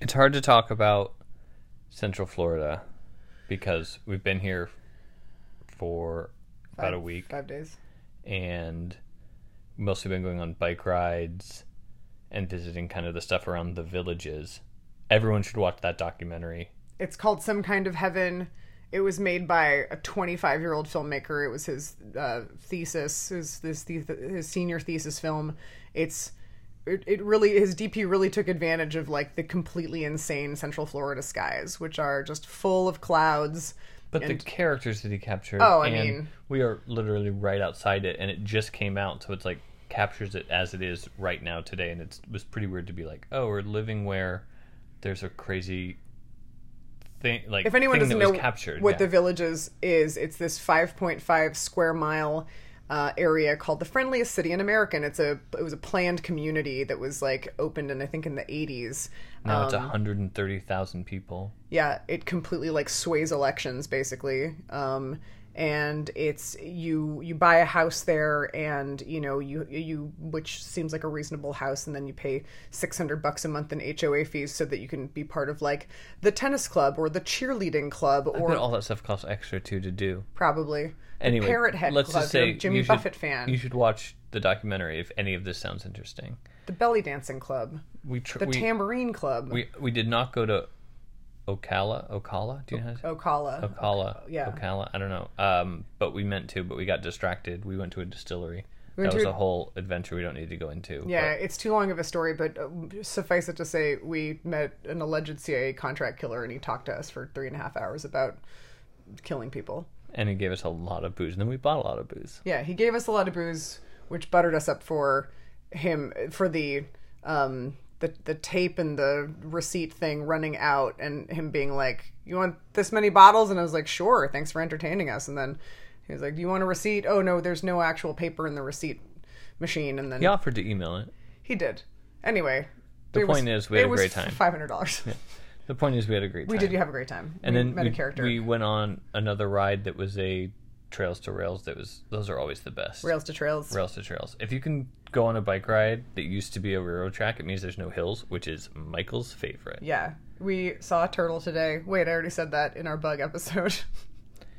it's hard to talk about Central Florida because we've been here for about a Five- week Five days. and mostly been going on bike rides and visiting kind of the stuff around the villages. Everyone should watch that documentary. It's called Some Kind of Heaven. It was made by a 25 year old filmmaker. It was his uh, thesis, his, his, the- his senior thesis film. It's. It, it really his DP really took advantage of like the completely insane Central Florida skies, which are just full of clouds. But the characters that he captured. Oh, I and mean- we are literally right outside it, and it just came out, so it's like captures it as it is right now today, and it's, it was pretty weird to be like, oh, we're living where there's a crazy thing. Like, if anyone thing doesn't that know was captured, what yeah. the villages is it's this 5.5 square mile uh, area called the friendliest city in america and it's a it was a planned community that was like opened in i think in the 80s now um, it's 130,000 people. yeah it completely like sways elections basically um and it's you you buy a house there and you know you you which seems like a reasonable house and then you pay 600 bucks a month in HOA fees so that you can be part of like the tennis club or the cheerleading club or But all that stuff costs extra too to do. probably. The Anyway, Parrot Head let's Club. just say you're a Jimmy you should- Buffett fan. You should watch the documentary if any of this sounds interesting. the Belly Dancing Club. We tr- The we, Tambourine Club. we we did not go to Ocala. Ocala, do you know how to say? Ocala. Ocala, Oh, yeah. Ocala. I don't know. Um, but we meant to, but we got distracted. We went to a distillery. went that was to a- a whole adventure we don't need to go into. yeah, it's too long of a story, but uh, suffice it to say, we met an alleged CIA contract killer, and he talked to us for three and a half hours about killing people. but- and he gave us a lot of booze, and then we bought a lot of booze. Yeah, he gave us a lot of booze, which buttered us up for him for the um the the tape and the receipt thing running out, and him being like, "You want this many bottles?" And I was like, "Sure, thanks for entertaining us." And then he was like, "Do you want a receipt?" Oh no, there's no actual paper in the receipt machine. And then He offered to email it. he did. Anyway, The it was- point is we had it a was great time. Five hundred dollars. The point is, we had a great time. We did have a great time. and we then met we, a character. we went on another ride that was a trails to rails. That was those are always the best. Rails to trails. Rails to trails. If you can go on a bike ride that used to be a railroad track, it means there's no hills, which is Michael's favorite. Yeah, we saw a turtle today. Wait, I already said that in our bug episode.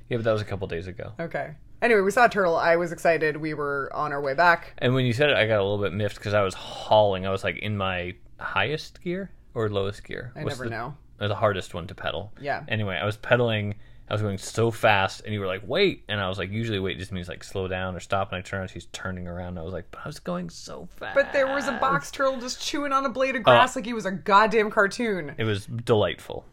Yeah, but that was a couple days ago. Okay. Anyway, we saw a turtle. I was excited. We were on our way back. And when you said it, I got a little bit miffed because I was hauling. I was like in my highest gear or lowest gear. I never the, know. or the hardest one to pedal. Yeah. Anyway, I was pedaling. I was going so fast, and you were like, "Wait!" And I was like, "Usually, wait just means like slow down or stop." And I turned, and she's turning around. And I was like, "But I was going so fast." But Ah. Oh. there was a box turtle just chewing on a blade of grass like he was a goddamn cartoon. It was delightful.